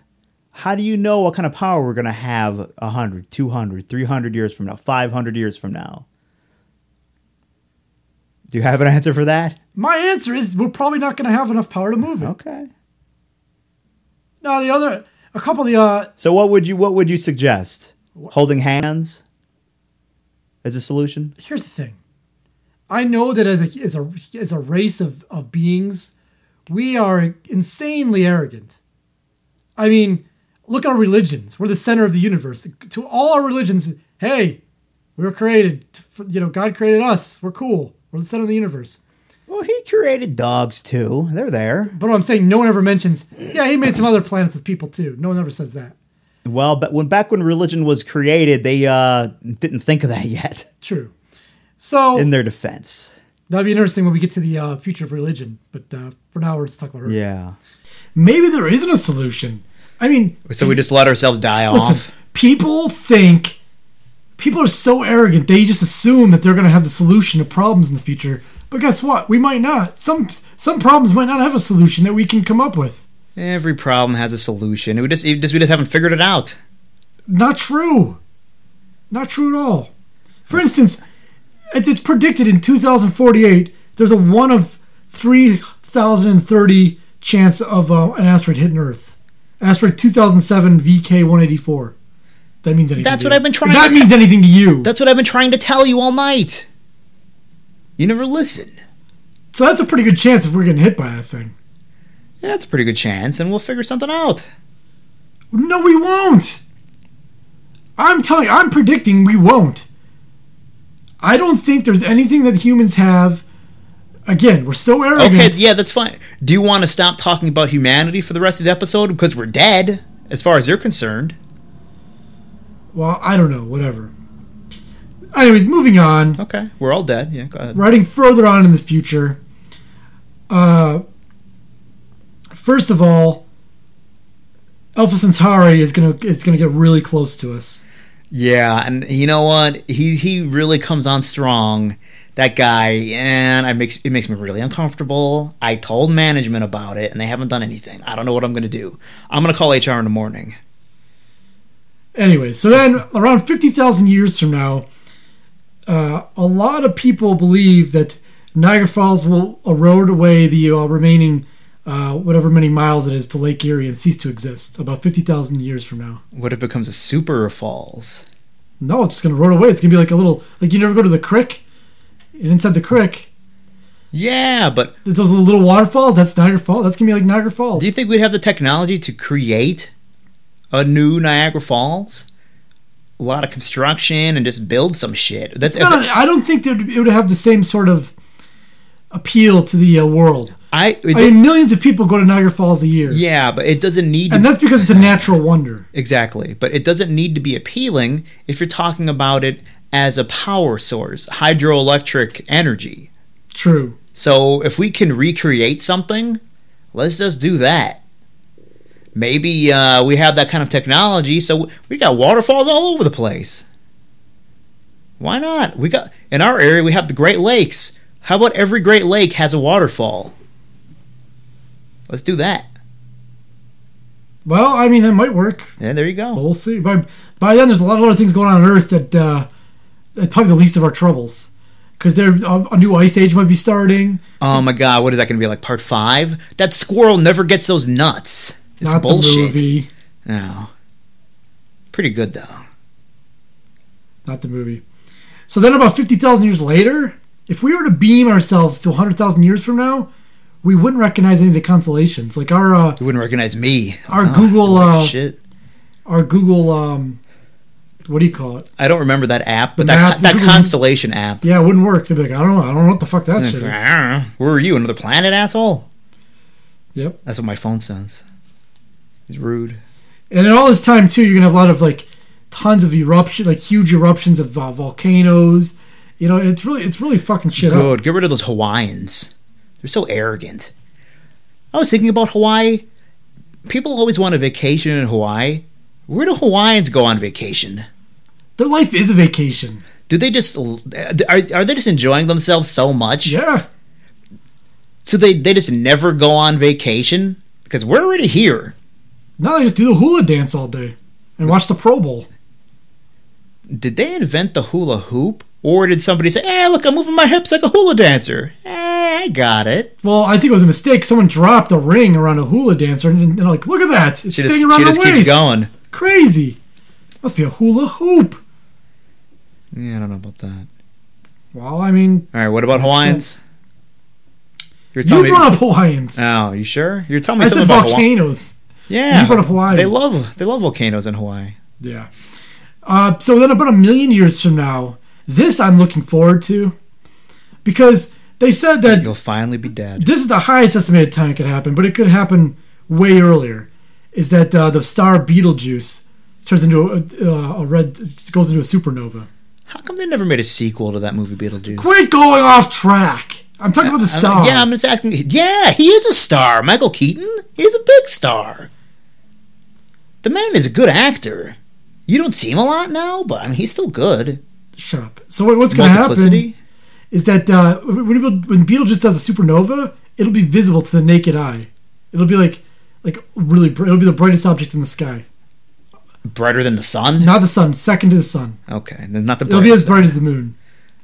Speaker 4: how do you know what kind of power we're going to have 100, 200, 300 years from now, 500 years from now? Do you have an answer for that?
Speaker 5: My answer is we're probably not going to have enough power to move it.
Speaker 4: Okay.
Speaker 5: Now the other, a couple of the uh,
Speaker 4: So what would you what would you suggest? Holding hands as a solution?
Speaker 5: here's the thing. I know that as a as a as a race of of beings, we are insanely arrogant. I mean, look at our religions. We're the center of the universe. To all our religions, hey, we were created. to- for- You know, God created us. We're cool. We're the center of the universe.
Speaker 4: Well, he created dogs too. They're there.
Speaker 5: But what I'm saying, no one ever mentions. Yeah, he made some other planets with people too. No one ever says that.
Speaker 4: Well, but when back when religion was created, they uh, didn't think of that [laughs] yet.
Speaker 5: True. So
Speaker 4: In their defense.
Speaker 5: that'll be interesting when we get to the uh, future of religion. But uh, for now, we're just talking about Earth.
Speaker 4: Yeah.
Speaker 2: Maybe there isn't a solution. I mean,
Speaker 4: So we just let ourselves die
Speaker 2: listen, people think people are so arrogant they just assume that they're going to have the solution to problems in the future. But guess what? We might not. Some some problems might not have a solution that we can come up with.
Speaker 3: Every problem has a solution. We just, it just we just haven't figured it out.
Speaker 2: Not true. Not true at all. For instance, it- it's predicted in 2048 there's a one of 3,030 chance of uh, an asteroid hitting Earth. Asteroid 2007 VK 184. That means anything.
Speaker 3: That's
Speaker 2: to
Speaker 3: what
Speaker 2: you.
Speaker 3: I've been trying
Speaker 2: If that
Speaker 3: to
Speaker 2: means anything to you.
Speaker 3: That's what I've been trying to tell you all night. You never listen.
Speaker 2: so that's a pretty good chance if we're getting hit by that thing.
Speaker 3: Yeah, that's a pretty good chance, and we'll figure something out.
Speaker 2: No, we won't. I'm telling I'm predicting we won't. I don't think there's anything that humans have. Again, we're so arrogant.
Speaker 3: Okay, yeah, that's fine. Do you want to stop talking about humanity for the rest of the episode? Because we're dead, as far as you're concerned.
Speaker 2: Well, I don't know, whatever. Anyways, moving on.
Speaker 3: Okay, we're all dead. Yeah, go ahead.
Speaker 2: Writing further on in the future. Uh, first of all, Alpha Centauri is gonna is gonna get really close to us.
Speaker 3: Yeah, and you know what? He he really comes on strong. That guy, and I makes it makes me really uncomfortable. I told management about it, and they haven't done anything. I don't know what I'm going to do. I'm going to call HR in the morning.
Speaker 2: Anyway, so then around fifty thousand years from now, uh, a lot of people believe that Niagara Falls will erode away the uh, remaining uh, whatever many miles it is to Lake Erie and cease to exist about fifty thousand years from now.
Speaker 3: What if it becomes a super falls?
Speaker 2: No, it's just gonna roll away. It's gonna be like a little like you never go to the creek, and inside the creek
Speaker 3: Yeah, but
Speaker 2: there's those little waterfalls. That's Niagara Falls. That's gonna be like Niagara Falls.
Speaker 3: do you think we'd have the technology to create a new Niagara Falls? A lot of construction and just build some shit. That's
Speaker 2: No, no, I don't think there'd- it would have the same sort of appeal to the uh, world.
Speaker 3: I. It,
Speaker 2: I mean, millions of people go to Niagara Falls a year,
Speaker 3: yeah, but it doesn't need to
Speaker 2: and that's because it's a natural wonder.
Speaker 3: Exactly. But it doesn't need to be appealing if you're talking about it as a power source, hydroelectric energy.
Speaker 2: True.
Speaker 3: So if we can recreate something, let's just do that. Maybe uh, we have that kind of technology, so we got waterfalls all over the place. Why not? We got in our area we have the Great Lakes. How about every Great Lake has a waterfall? Let's do that.
Speaker 2: Well, I mean, that might work.
Speaker 3: And there you
Speaker 2: But
Speaker 3: go.
Speaker 2: we'll see. By by then, there's a lot of other things going on on Earth that uh, that's probably the least of our troubles. Because there uh, a, a new ice age might be starting.
Speaker 3: Oh my god, what is that going to be like? Part five? That squirrel never gets those nuts. It's
Speaker 2: not
Speaker 3: bullshit.
Speaker 2: the movie.
Speaker 3: No. Pretty good though.
Speaker 2: not the movie. So then, about 50,000 years later, if we were to beam ourselves to 100,000 years from now, we wouldn't recognize any of the constellations. Like our uh,
Speaker 3: You wouldn't recognize me.
Speaker 2: our
Speaker 3: Oh,
Speaker 2: Google
Speaker 3: holy
Speaker 2: uh,
Speaker 3: shit.
Speaker 2: our Google, um, what do you call it?
Speaker 3: I don't remember that app, but
Speaker 2: The
Speaker 3: that,
Speaker 2: map,
Speaker 3: that
Speaker 2: [laughs] Google-
Speaker 3: constellation app.
Speaker 2: Yeah, it wouldn't work. They'd be like, I don't know, I don't know what the fuck that shit is.
Speaker 3: Where are you? Another planet, asshole?
Speaker 2: Yep.
Speaker 3: That's what my phone says. It's rude.
Speaker 2: And in all this time too, you're gonna have a lot of like tons of eruption, like huge eruptions of uh, volcanoes. You know, it's really it's really fucking shit up.
Speaker 3: Good. Get rid of those Hawaiians. They're so arrogant. I was thinking about Hawaii. People always want a vacation in Hawaii. Where do Hawaiians go on vacation?
Speaker 2: Their life is a vacation.
Speaker 3: Do they just are, are they just enjoying themselves so much?
Speaker 2: Yeah,
Speaker 3: So they they just never go on vacation because we're already here.
Speaker 2: now they just do the hula dance all day and watch the Pro Bowl.
Speaker 3: Did they invent the hula hoop, or did somebody say, "Hey, look, I'm moving my hips like a hula dancer"? Eh, I got it.
Speaker 2: Well, I think it was a mistake. Someone dropped a ring around a hula dancer, and, and they're like, "Look at that! It's
Speaker 3: She just,
Speaker 2: staying
Speaker 3: she
Speaker 2: around
Speaker 3: just
Speaker 2: her waist.
Speaker 3: keeps going.
Speaker 2: Crazy! Must be a hula hoop."
Speaker 3: Yeah, I don't know about that.
Speaker 2: Well, I mean,
Speaker 3: All right, what about Hawaiians? You're
Speaker 2: you
Speaker 3: telling me.
Speaker 2: brought up Hawaiians.
Speaker 3: Oh, you sure? You're telling me
Speaker 2: I
Speaker 3: something
Speaker 2: said
Speaker 3: about Hawaii.
Speaker 2: volcanoes.
Speaker 3: Yeah,
Speaker 2: You brought up Hawaii.
Speaker 3: They love they love volcanoes in Hawaii.
Speaker 2: Yeah. Uh, so then, about a million years from now, this I'm looking forward to, because they said that
Speaker 3: You'll finally be dead.
Speaker 2: this is the highest estimated time it could happen, but it could happen way earlier. Is that uh, the star Beetlejuice turns into a, uh, a red, goes into a supernova?
Speaker 3: How come they never made a sequel to that movie Beetlejuice?
Speaker 2: Quit going off track. I'm talking about the
Speaker 3: I'm-
Speaker 2: star.
Speaker 3: Uh, yeah, I'm just asking. Yeah, he is a star. Michael Keaton. He's a big star. The man is a good actor. You don't see him a lot now, but I mean, he's still good.
Speaker 2: Shut up. So what- what's going to happen
Speaker 3: Multiplicity.
Speaker 2: is that uh, when, Beetle- when Beetlejuice does a supernova, it'll be visible to the naked eye. It'll be like, like really, br- it'll be the brightest object in the sky.
Speaker 3: Brighter than the sun.
Speaker 2: Not the sun, second to the sun.
Speaker 3: Okay, not the
Speaker 2: It'll be as
Speaker 3: brightest.
Speaker 2: bright as the moon.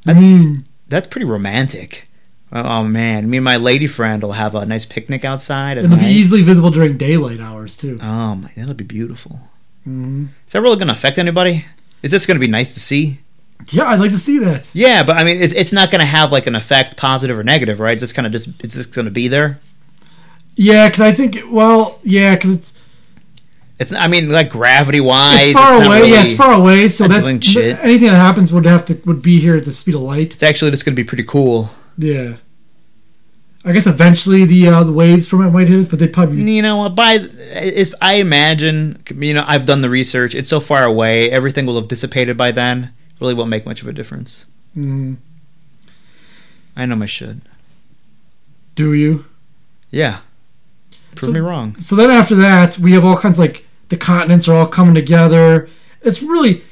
Speaker 2: The
Speaker 3: That's-
Speaker 2: moon.
Speaker 3: That's pretty romantic. Oh, oh, man, me and my lady friend will have a nice picnic outside. At
Speaker 2: It'll be
Speaker 3: night.
Speaker 2: easily visible during daylight hours too.
Speaker 3: Oh my, that'll be beautiful.
Speaker 2: hmm
Speaker 3: Is that really going to affect anybody? Is this going to be nice to see?
Speaker 2: Yeah, I'd like to see that.
Speaker 3: Yeah, but I mean, it's it's not going to have like an effect, positive or negative, right? It's just kind of just it's just going to be there.
Speaker 2: Yeah, because I think well, yeah, because it's
Speaker 3: It's I mean, like gravity wise,
Speaker 2: it's far away. yeah, it's far away. So
Speaker 3: not
Speaker 2: that's
Speaker 3: doing shit.
Speaker 2: anything that happens would have to would be here at the speed of light.
Speaker 3: It's actually just going to be pretty cool.
Speaker 2: Yeah. I guess eventually the uh, the waves from it might hit us, but they probably
Speaker 3: You know, what, by if I imagine, you know, I've done the research. It's so far away, everything will have dissipated by then. Really, won't make much of a difference.
Speaker 2: Mm,
Speaker 3: I know my should.
Speaker 2: do you?
Speaker 3: Yeah, prove
Speaker 2: So-
Speaker 3: me wrong.
Speaker 2: So then after that, we have all kinds of, like the continents are all coming together. It's really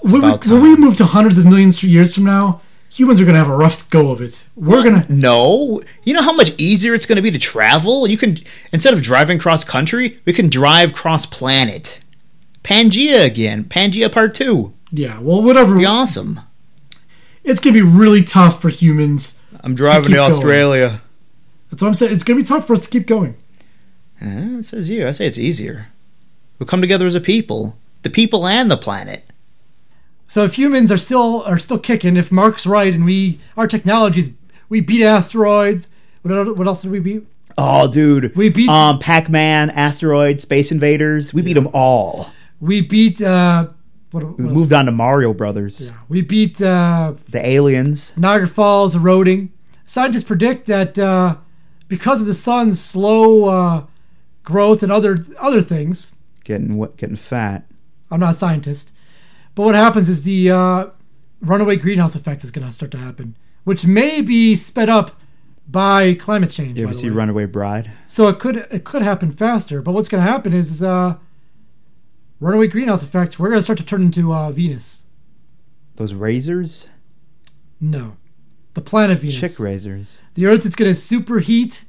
Speaker 2: when we,
Speaker 3: about
Speaker 2: when we
Speaker 3: time.
Speaker 2: move to hundreds of millions of years from now, humans are gonna have a rough go of it. We're gonna
Speaker 3: No, you know how much easier it's going to be to travel. You can instead of driving cross country, we can drive cross planet. Pangea again, Pangea Part Two.
Speaker 2: yeah. Well, whatever.
Speaker 3: Be awesome.
Speaker 2: It's gonna be really tough for humans.
Speaker 3: I'm driving
Speaker 2: Keep
Speaker 3: to
Speaker 2: going.
Speaker 3: Australia.
Speaker 2: That's what I'm saying. It's gonna be tough for us to keep going.
Speaker 3: Eh, it says you. I say it's easier. We come together as a people, the people and the planet.
Speaker 6: So if humans are still are still kicking, if Mark's right, and we our technologies we beat asteroids. What, el- what else did we beat?
Speaker 7: Oh, dude.
Speaker 6: We beat-
Speaker 3: Uh,
Speaker 7: um, Pac Man, Asteroid, Space Invaders. We beat 'em beat them all.
Speaker 6: We beat uh, what, what
Speaker 7: We
Speaker 6: else?
Speaker 7: moved on to Mario Brothers.
Speaker 6: we beat uh,
Speaker 7: The aliens.
Speaker 6: Niagara Falls eroding. Scientists predict that uh, because of the sun's slow uh, growth and other other things,
Speaker 7: Getting what? Getting fat.
Speaker 6: I'm not a scientist, but what happens is the uh, runaway greenhouse effect is going to start to happen, which may be sped up by climate change.
Speaker 7: You
Speaker 6: by
Speaker 7: ever
Speaker 6: the
Speaker 7: see
Speaker 6: way.
Speaker 7: Runaway Bride?
Speaker 6: So it could it could happen faster, but what's going to happen is, is uh, runaway greenhouse effect. We're going to start to turn into uh, Venus.
Speaker 7: Those razors?
Speaker 6: No, the planet Venus.
Speaker 7: Chick razors.
Speaker 6: the Earth is going to superheat,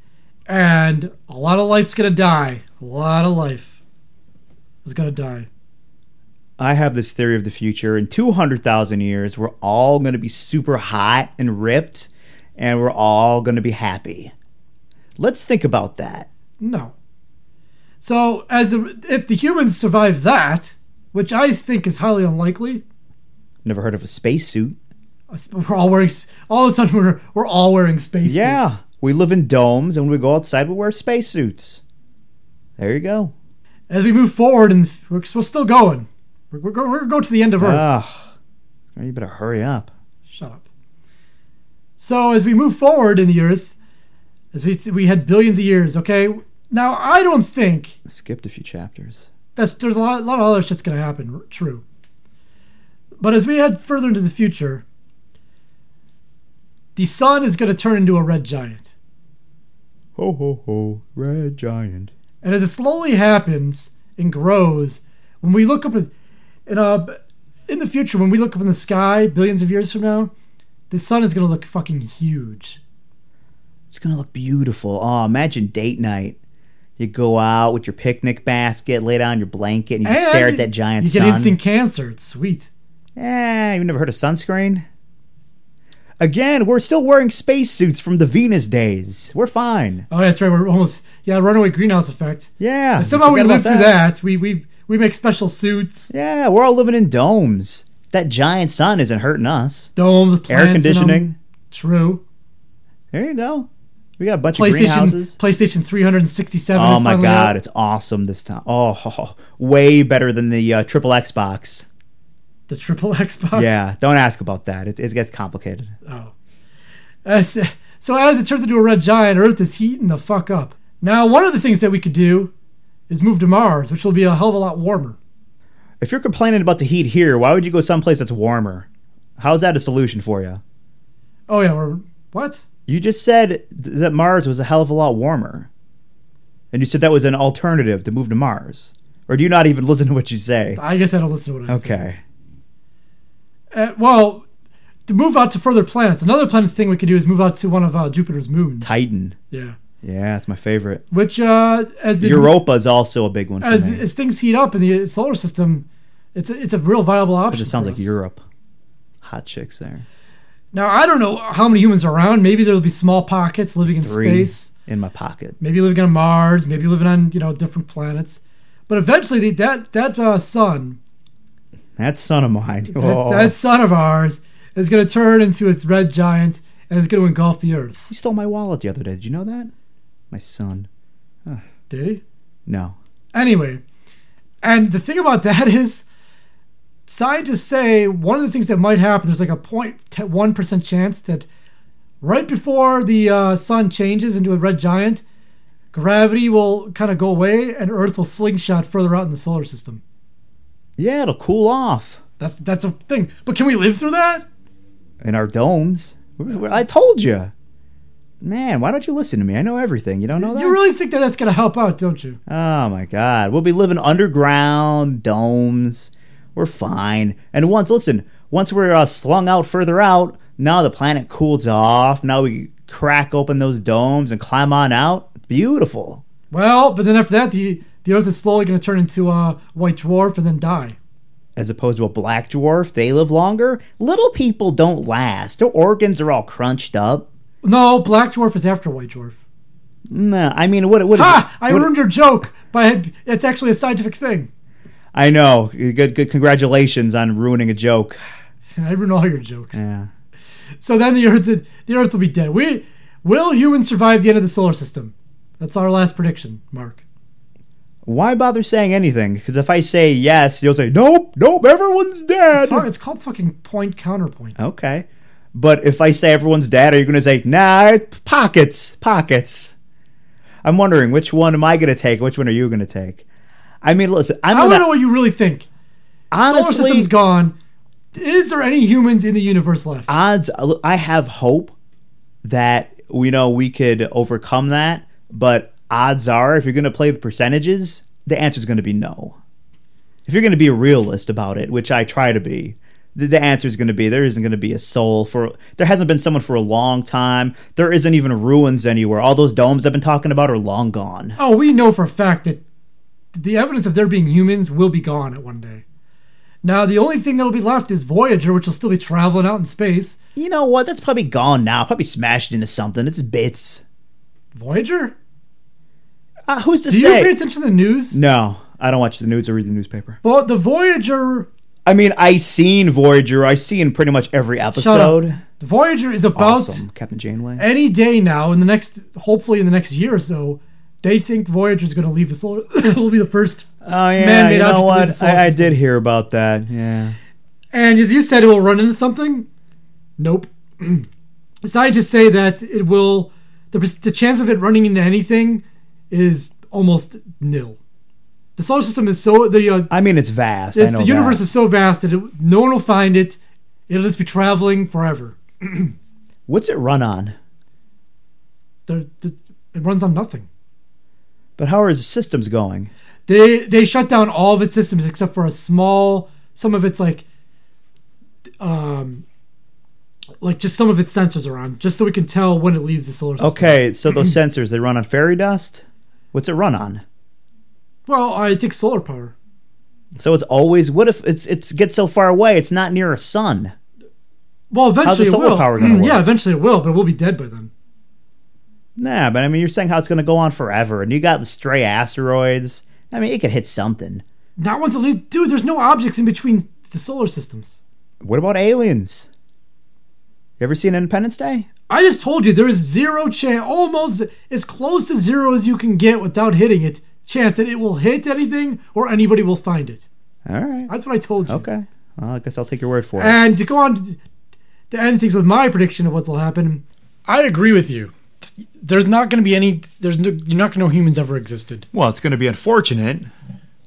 Speaker 6: and a lot of life's going to die. A lot of life is going to die.
Speaker 7: I have this theory of the future. In 200,000 years, we're all going to be super hot and ripped, and we're all going to be happy. Let's think about that.
Speaker 6: No. So as the, if the humans survive that, which I think is highly unlikely,
Speaker 7: Never heard of a spacesuit.
Speaker 6: us- we're all wearing s- all of a sudden we're we're all wearing spacesuits.
Speaker 7: Yeah. We live in domes, and when we go outside, we wear spacesuits. There you go.
Speaker 2: as we move forward, and we're, we're still going. We're, we're, go- we're going to go to the end of Earth.
Speaker 3: Ugh. Ah. You better hurry up.
Speaker 2: Shut up. So as we move forward in the Earth, as we we had billions of years, okay. Now I don't think
Speaker 3: Skipped a few chapters.
Speaker 2: that's there's a lot, a lot of other shit's gonna happen. True. But as we head further into the future, the sun is gonna turn into a red giant,
Speaker 3: Ho ho ho, red giant.
Speaker 2: and as it slowly happens and grows, when we look up at, in uh in the future when we look up in the sky billions of years from now, the sun is gonna look fucking huge.
Speaker 3: It's gonna look beautiful. Oh, imagine date night. You go out with your picnic basket, lay down on your blanket, and you just
Speaker 2: And
Speaker 3: stare at that giant
Speaker 2: You
Speaker 3: sun.
Speaker 2: get instant cancer. It's sweet.
Speaker 3: Eh, you've never heard of sunscreen? Again, we're still wearing spacesuits from the Venus days. We're fine.
Speaker 2: Oh, that's right. We're almost yeah. Runaway greenhouse effect.
Speaker 3: Yeah.
Speaker 2: And somehow we
Speaker 3: forget
Speaker 2: live
Speaker 3: Ah, about
Speaker 2: through that. We we we make special suits,
Speaker 3: Yeah, we're all living in domes. That giant sun isn't hurting us.
Speaker 2: domes, plants
Speaker 3: Air
Speaker 2: in them.
Speaker 3: conditioning.
Speaker 2: True.
Speaker 3: There you go. We got a bunch of
Speaker 2: PlayStation
Speaker 3: greenhouses.
Speaker 2: PlayStation 367.
Speaker 3: Oh
Speaker 2: is
Speaker 3: my
Speaker 2: finally
Speaker 3: god,
Speaker 2: out.
Speaker 3: it's awesome this time. Oh, [laughs] way better than the uh, triple Xbox.
Speaker 2: The triple [laughs] Xbox.
Speaker 3: Yeah, don't ask about that. It, it gets complicated.
Speaker 2: Oh. As- so as it turns into a red giant, Earth is heating the fuck up. Now, one of the things that we could do is move to Mars, which will be a hell of a lot warmer.
Speaker 3: If you're complaining about the heat here, why would you go someplace that's warmer? How's that a solution for you?
Speaker 2: Oh yeah, we're what?
Speaker 3: You just said th- that Mars was a hell of a lot warmer. And you said that was an alternative to move to Mars. Or do you not even listen to what you say?
Speaker 2: I guess I don't listen to what I say.
Speaker 3: Okay.
Speaker 2: Uh, well, to move out to further planets, another planet thing we could do is move out to one of uh, Jupiter's moons.
Speaker 3: Titan.
Speaker 2: Yeah.
Speaker 3: Yeah, it's my favorite.
Speaker 2: Which, uh, as the
Speaker 3: Europa is also a big one for
Speaker 2: as,
Speaker 3: me.
Speaker 2: as things heat up in the solar system, it's a, it's a real viable option.
Speaker 3: It just sounds
Speaker 2: for
Speaker 3: like
Speaker 2: us.
Speaker 3: Europe. Hot chicks there.
Speaker 2: Now I don't know how many humans are around. Maybe there'll be small pockets living
Speaker 3: Three
Speaker 2: in space.
Speaker 3: in my pocket.
Speaker 2: Maybe living on Mars. Maybe living on you know different planets. But eventually, the, that that uh, sun,
Speaker 3: That son of mine.
Speaker 2: that,
Speaker 3: Oh.
Speaker 2: that sun of ours, is going to turn into its red giant and it's going to engulf the Earth.
Speaker 3: He stole my wallet the other day. Did you know that? My son.
Speaker 2: Did he?
Speaker 3: No.
Speaker 2: Anyway, and the thing about that [laughs] is, scientists say one of the things that might happen. There's like a 0.1 percent chance that right before the uh, sun changes into a red giant, gravity will kind of go away and Earth will slingshot further out in the solar system.
Speaker 3: Yeah, it'll cool off
Speaker 2: That's that's a thing. But can we live through that?
Speaker 3: in our domes. I told you. Man, why don't you listen to me? I know everything. You don't know that?
Speaker 2: You really think that that's going to help out, don't you?
Speaker 3: Oh my God. We'll be living underground, domes. We're fine. And once, listen, once we're uh, slung out further out, now the planet cools off. Now we crack open those domes and climb on out. Beautiful.
Speaker 2: Well, but then after that, the the Earth is slowly going to turn into a white dwarf and then die.
Speaker 3: As opposed to a black dwarf, they live longer. Little people don't last. Their organs are all crunched up.
Speaker 2: No, black dwarf is after white dwarf.
Speaker 3: Nah, I mean, what? what is
Speaker 2: Ha!
Speaker 3: it?
Speaker 2: I
Speaker 3: What-
Speaker 2: ruined your joke, but it's actually a scientific thing. [laughs]
Speaker 3: I know. Good, good. Congratulations on ruining a joke.
Speaker 2: I ruin all your jokes.
Speaker 3: Yeah.
Speaker 2: So then the Earth, the Earth will be dead. We will humans survive the end of the solar system? That's our last prediction, Mark.
Speaker 3: Why bother saying anything? Because if I say yes, you'll say nope, nope. Everyone's dead.
Speaker 2: It's fu- It's called fucking point counterpoint.
Speaker 3: Okay. But if I say everyone's dead, are you going to say nah? it's Pockets, pockets. I'm wondering which one am I going to take? Which one are you going to take? I mean, listen. I'm
Speaker 2: I want to
Speaker 3: gonna,
Speaker 2: know what you really think.
Speaker 3: honestly.
Speaker 2: solar system's gone. Is there any humans in the universe left?
Speaker 3: odds I have hope that you know we could overcome that, but odds are if you're going to play the percentages, the answer is going to be no. If you're going to be a realist about it, which I try to be, the, the answer is going to be there isn't going to be a soul for there hasn't been someone for a long time. There isn't even ruins anywhere. All those domes I've been talking about are long gone.
Speaker 2: Oh, we know for a fact that the evidence of there being humans will be gone at one day. Now, the only thing that will be left is Voyager, which will still be traveling out in space.
Speaker 3: You know what? That's probably gone now. Probably smashed into something. It's bits.
Speaker 2: Voyager?
Speaker 3: Uh, who's to
Speaker 2: Do you
Speaker 3: say?
Speaker 2: pay attention to the news?
Speaker 3: no, I don't watch the news or read the newspaper.
Speaker 2: Well, the Voyager,
Speaker 3: I mean, I seen Voyager. I seen pretty much every episode.
Speaker 2: the Voyager is about
Speaker 8: Eh,
Speaker 3: Awesome, Captain Janeway.
Speaker 2: any day now. In the next, hopefully, in the next year or so,
Speaker 8: They think Voyager is going to leave the solar. [coughs] will be the first,
Speaker 9: Oh yeah,
Speaker 8: Man-made
Speaker 9: you know
Speaker 8: object with the
Speaker 9: what?
Speaker 8: solar
Speaker 9: I, I
Speaker 8: system.
Speaker 9: did hear about that. Yeah,
Speaker 8: and as you said, it will run into something. Nope. [clears throat] Scientists say that it will. The, pers- the chance of it running into anything is almost nil. The solar system is so the uh,
Speaker 9: I mean it's vast. I
Speaker 8: It's,
Speaker 9: know
Speaker 8: the universe
Speaker 9: that.
Speaker 8: is so vast that it, no one will find it. It'll just be traveling forever.
Speaker 9: What's it run on?
Speaker 8: There, th- it runs on nothing.
Speaker 9: But how are its systems going?
Speaker 8: They they shut down all of its systems except for a small. Some of its like, um, like just some of its sensors are on, just so we can tell when it leaves the solar system.
Speaker 9: Okay,
Speaker 8: [clears throat]
Speaker 9: so those sensors they run on fairy dust. What's it run on?
Speaker 8: Well, I think solar power.
Speaker 9: So it's always what if it's it's gets so far away it's not near a sun?
Speaker 8: Well, eventually
Speaker 9: the solar
Speaker 8: it will.
Speaker 9: power gonna
Speaker 8: Mm, Yeah,
Speaker 9: work?
Speaker 8: eventually it will, but we'll be dead by then.
Speaker 9: Nah, but I mean you're saying how it's going to go on forever, and you got the stray asteroids. I mean it could hit something.
Speaker 8: Not once it leaves, dude. There's no objects in between the solar systems.
Speaker 9: What about aliens? You ever seen Independence Day?
Speaker 8: I just told you there is zero chance, almost as close to zero as you can get without hitting it, chance that it will hit anything or anybody will find it.
Speaker 9: All right.
Speaker 8: That's what I told you.
Speaker 9: Okay. Well, I guess I'll take your word for it.
Speaker 8: And to go on to, to end things with my prediction of what will happen,
Speaker 2: I agree with you. There's not going to be any. There's no, you're not going to know humans ever existed.
Speaker 3: Well, it's going to be unfortunate,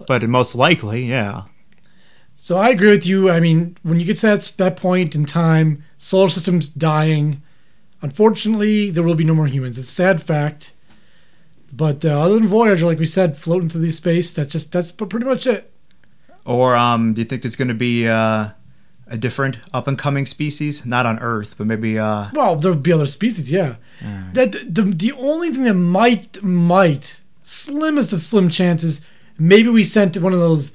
Speaker 3: but most likely, yeah.
Speaker 2: So I agree with you. I mean, when you get to that, that point in time, solar system's dying. Unfortunately, there will be no more humans. It's a sad fact. But uh, other than Voyager, like we said, floating through the space, that's just that's p- pretty much it.
Speaker 3: Or um, do you think there's going to be uh, a different up and coming species? Not on Earth, but maybe. Uh,
Speaker 2: Well, there would be other species, yeah. That the, the only thing that might might slimmest of slim chances, maybe we sent one of those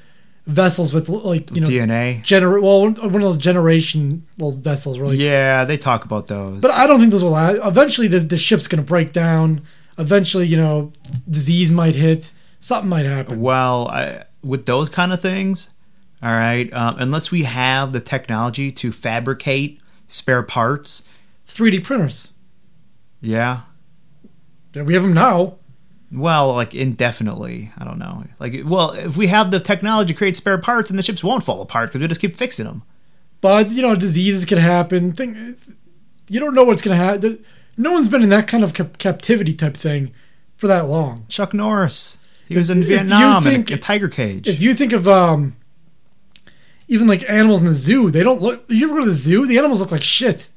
Speaker 2: vessels with like you know
Speaker 3: DNA.
Speaker 2: gener well one one of those generation old vessels really
Speaker 3: Yeah, they talk about those.
Speaker 2: But I don't think those will last. Eventually, the, the ship's going to break down. Eventually, you know, disease might hit. Something might
Speaker 3: Oh.
Speaker 2: happen.
Speaker 3: well, I, with those kind of things, all right, um, unless we have the technology to fabricate spare parts,
Speaker 2: 3D printers.
Speaker 3: yeah.
Speaker 2: Yeah, we have them now.
Speaker 3: Well, like indefinitely, I don't know. Like, well, if we have the technology to create spare parts, and the ships won't fall apart because we just keep fixing them.
Speaker 2: But, you know, diseases could happen. Thing, you don't know what's going to happen. No one's been in that kind of cap- captivity type thing for that long.
Speaker 3: Chuck Norris. He was in
Speaker 2: if you
Speaker 3: Vietnam
Speaker 2: think-
Speaker 3: in a, a tiger cage.
Speaker 2: If you think of um, even like animals in the zoo, they don't look. You ever go to the zoo? The animals look like shit.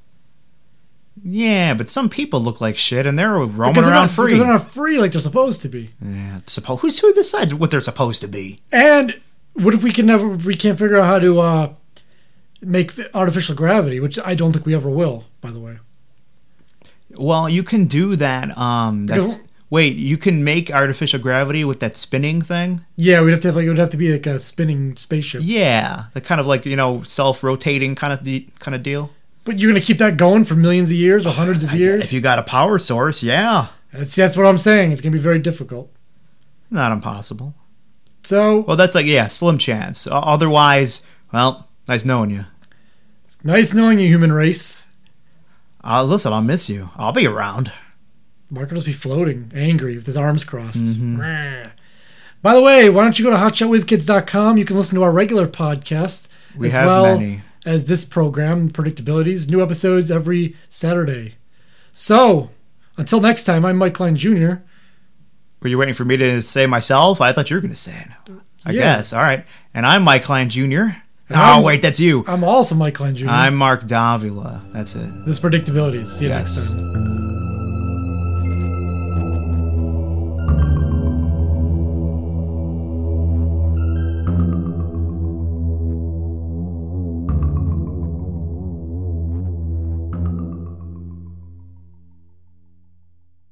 Speaker 3: yeah, but some people look like shit and they're roaming
Speaker 2: Because they're,
Speaker 3: around
Speaker 2: not,
Speaker 3: free.
Speaker 2: because they're not free like they're supposed to be.
Speaker 3: yeah, it's suppo- who's who decides what they're supposed to be?
Speaker 2: And what if we can never we can't figure out how to uh, make fi- artificial gravity, which I don't think we ever will, by the way.
Speaker 3: Well, you can do that. Um, that's
Speaker 2: Because-
Speaker 3: wait, you can make artificial gravity with that spinning thing.
Speaker 2: Yeah, we'd have to have like it would have to be like a spinning spaceship.
Speaker 3: Yeah, the kind of like you know self-rotating kind of de- kind of deal.
Speaker 2: But you're gonna keep that going for millions of years or hundreds of years.
Speaker 3: If you got a power source, yeah,
Speaker 2: that's that's what I'm saying. It's gonna be very difficult.
Speaker 3: not impossible.
Speaker 2: So
Speaker 3: Well, that's like yeah, slim chance. O- otherwise, well, nice knowing you.
Speaker 2: nice knowing you, human race.
Speaker 3: Uh, listen, I'll miss you. I'll be around.
Speaker 2: Mark will just be floating, angry with his arms crossed.
Speaker 3: Mm-hmm.
Speaker 2: Rah. By the way, why don't you go to hotshotwizkids.com? You can listen to our regular podcast
Speaker 3: We
Speaker 2: as
Speaker 3: have
Speaker 2: well
Speaker 3: many.
Speaker 2: as this program, Predictabilities. New episodes every Saturday. So, until next time, I'm Mike Klein Jr.
Speaker 3: Were you waiting for me to say myself? I thought you were going to say it. I
Speaker 2: Yeah.
Speaker 3: guess. All right. And I'm Mike Klein Jr. oh,
Speaker 2: I'm-
Speaker 3: wait, that's you.
Speaker 2: I'm also Mike Klein junior
Speaker 3: I'm Mark Davila. That's it.
Speaker 2: this Predictabilities. See you next
Speaker 3: Yes.
Speaker 2: time.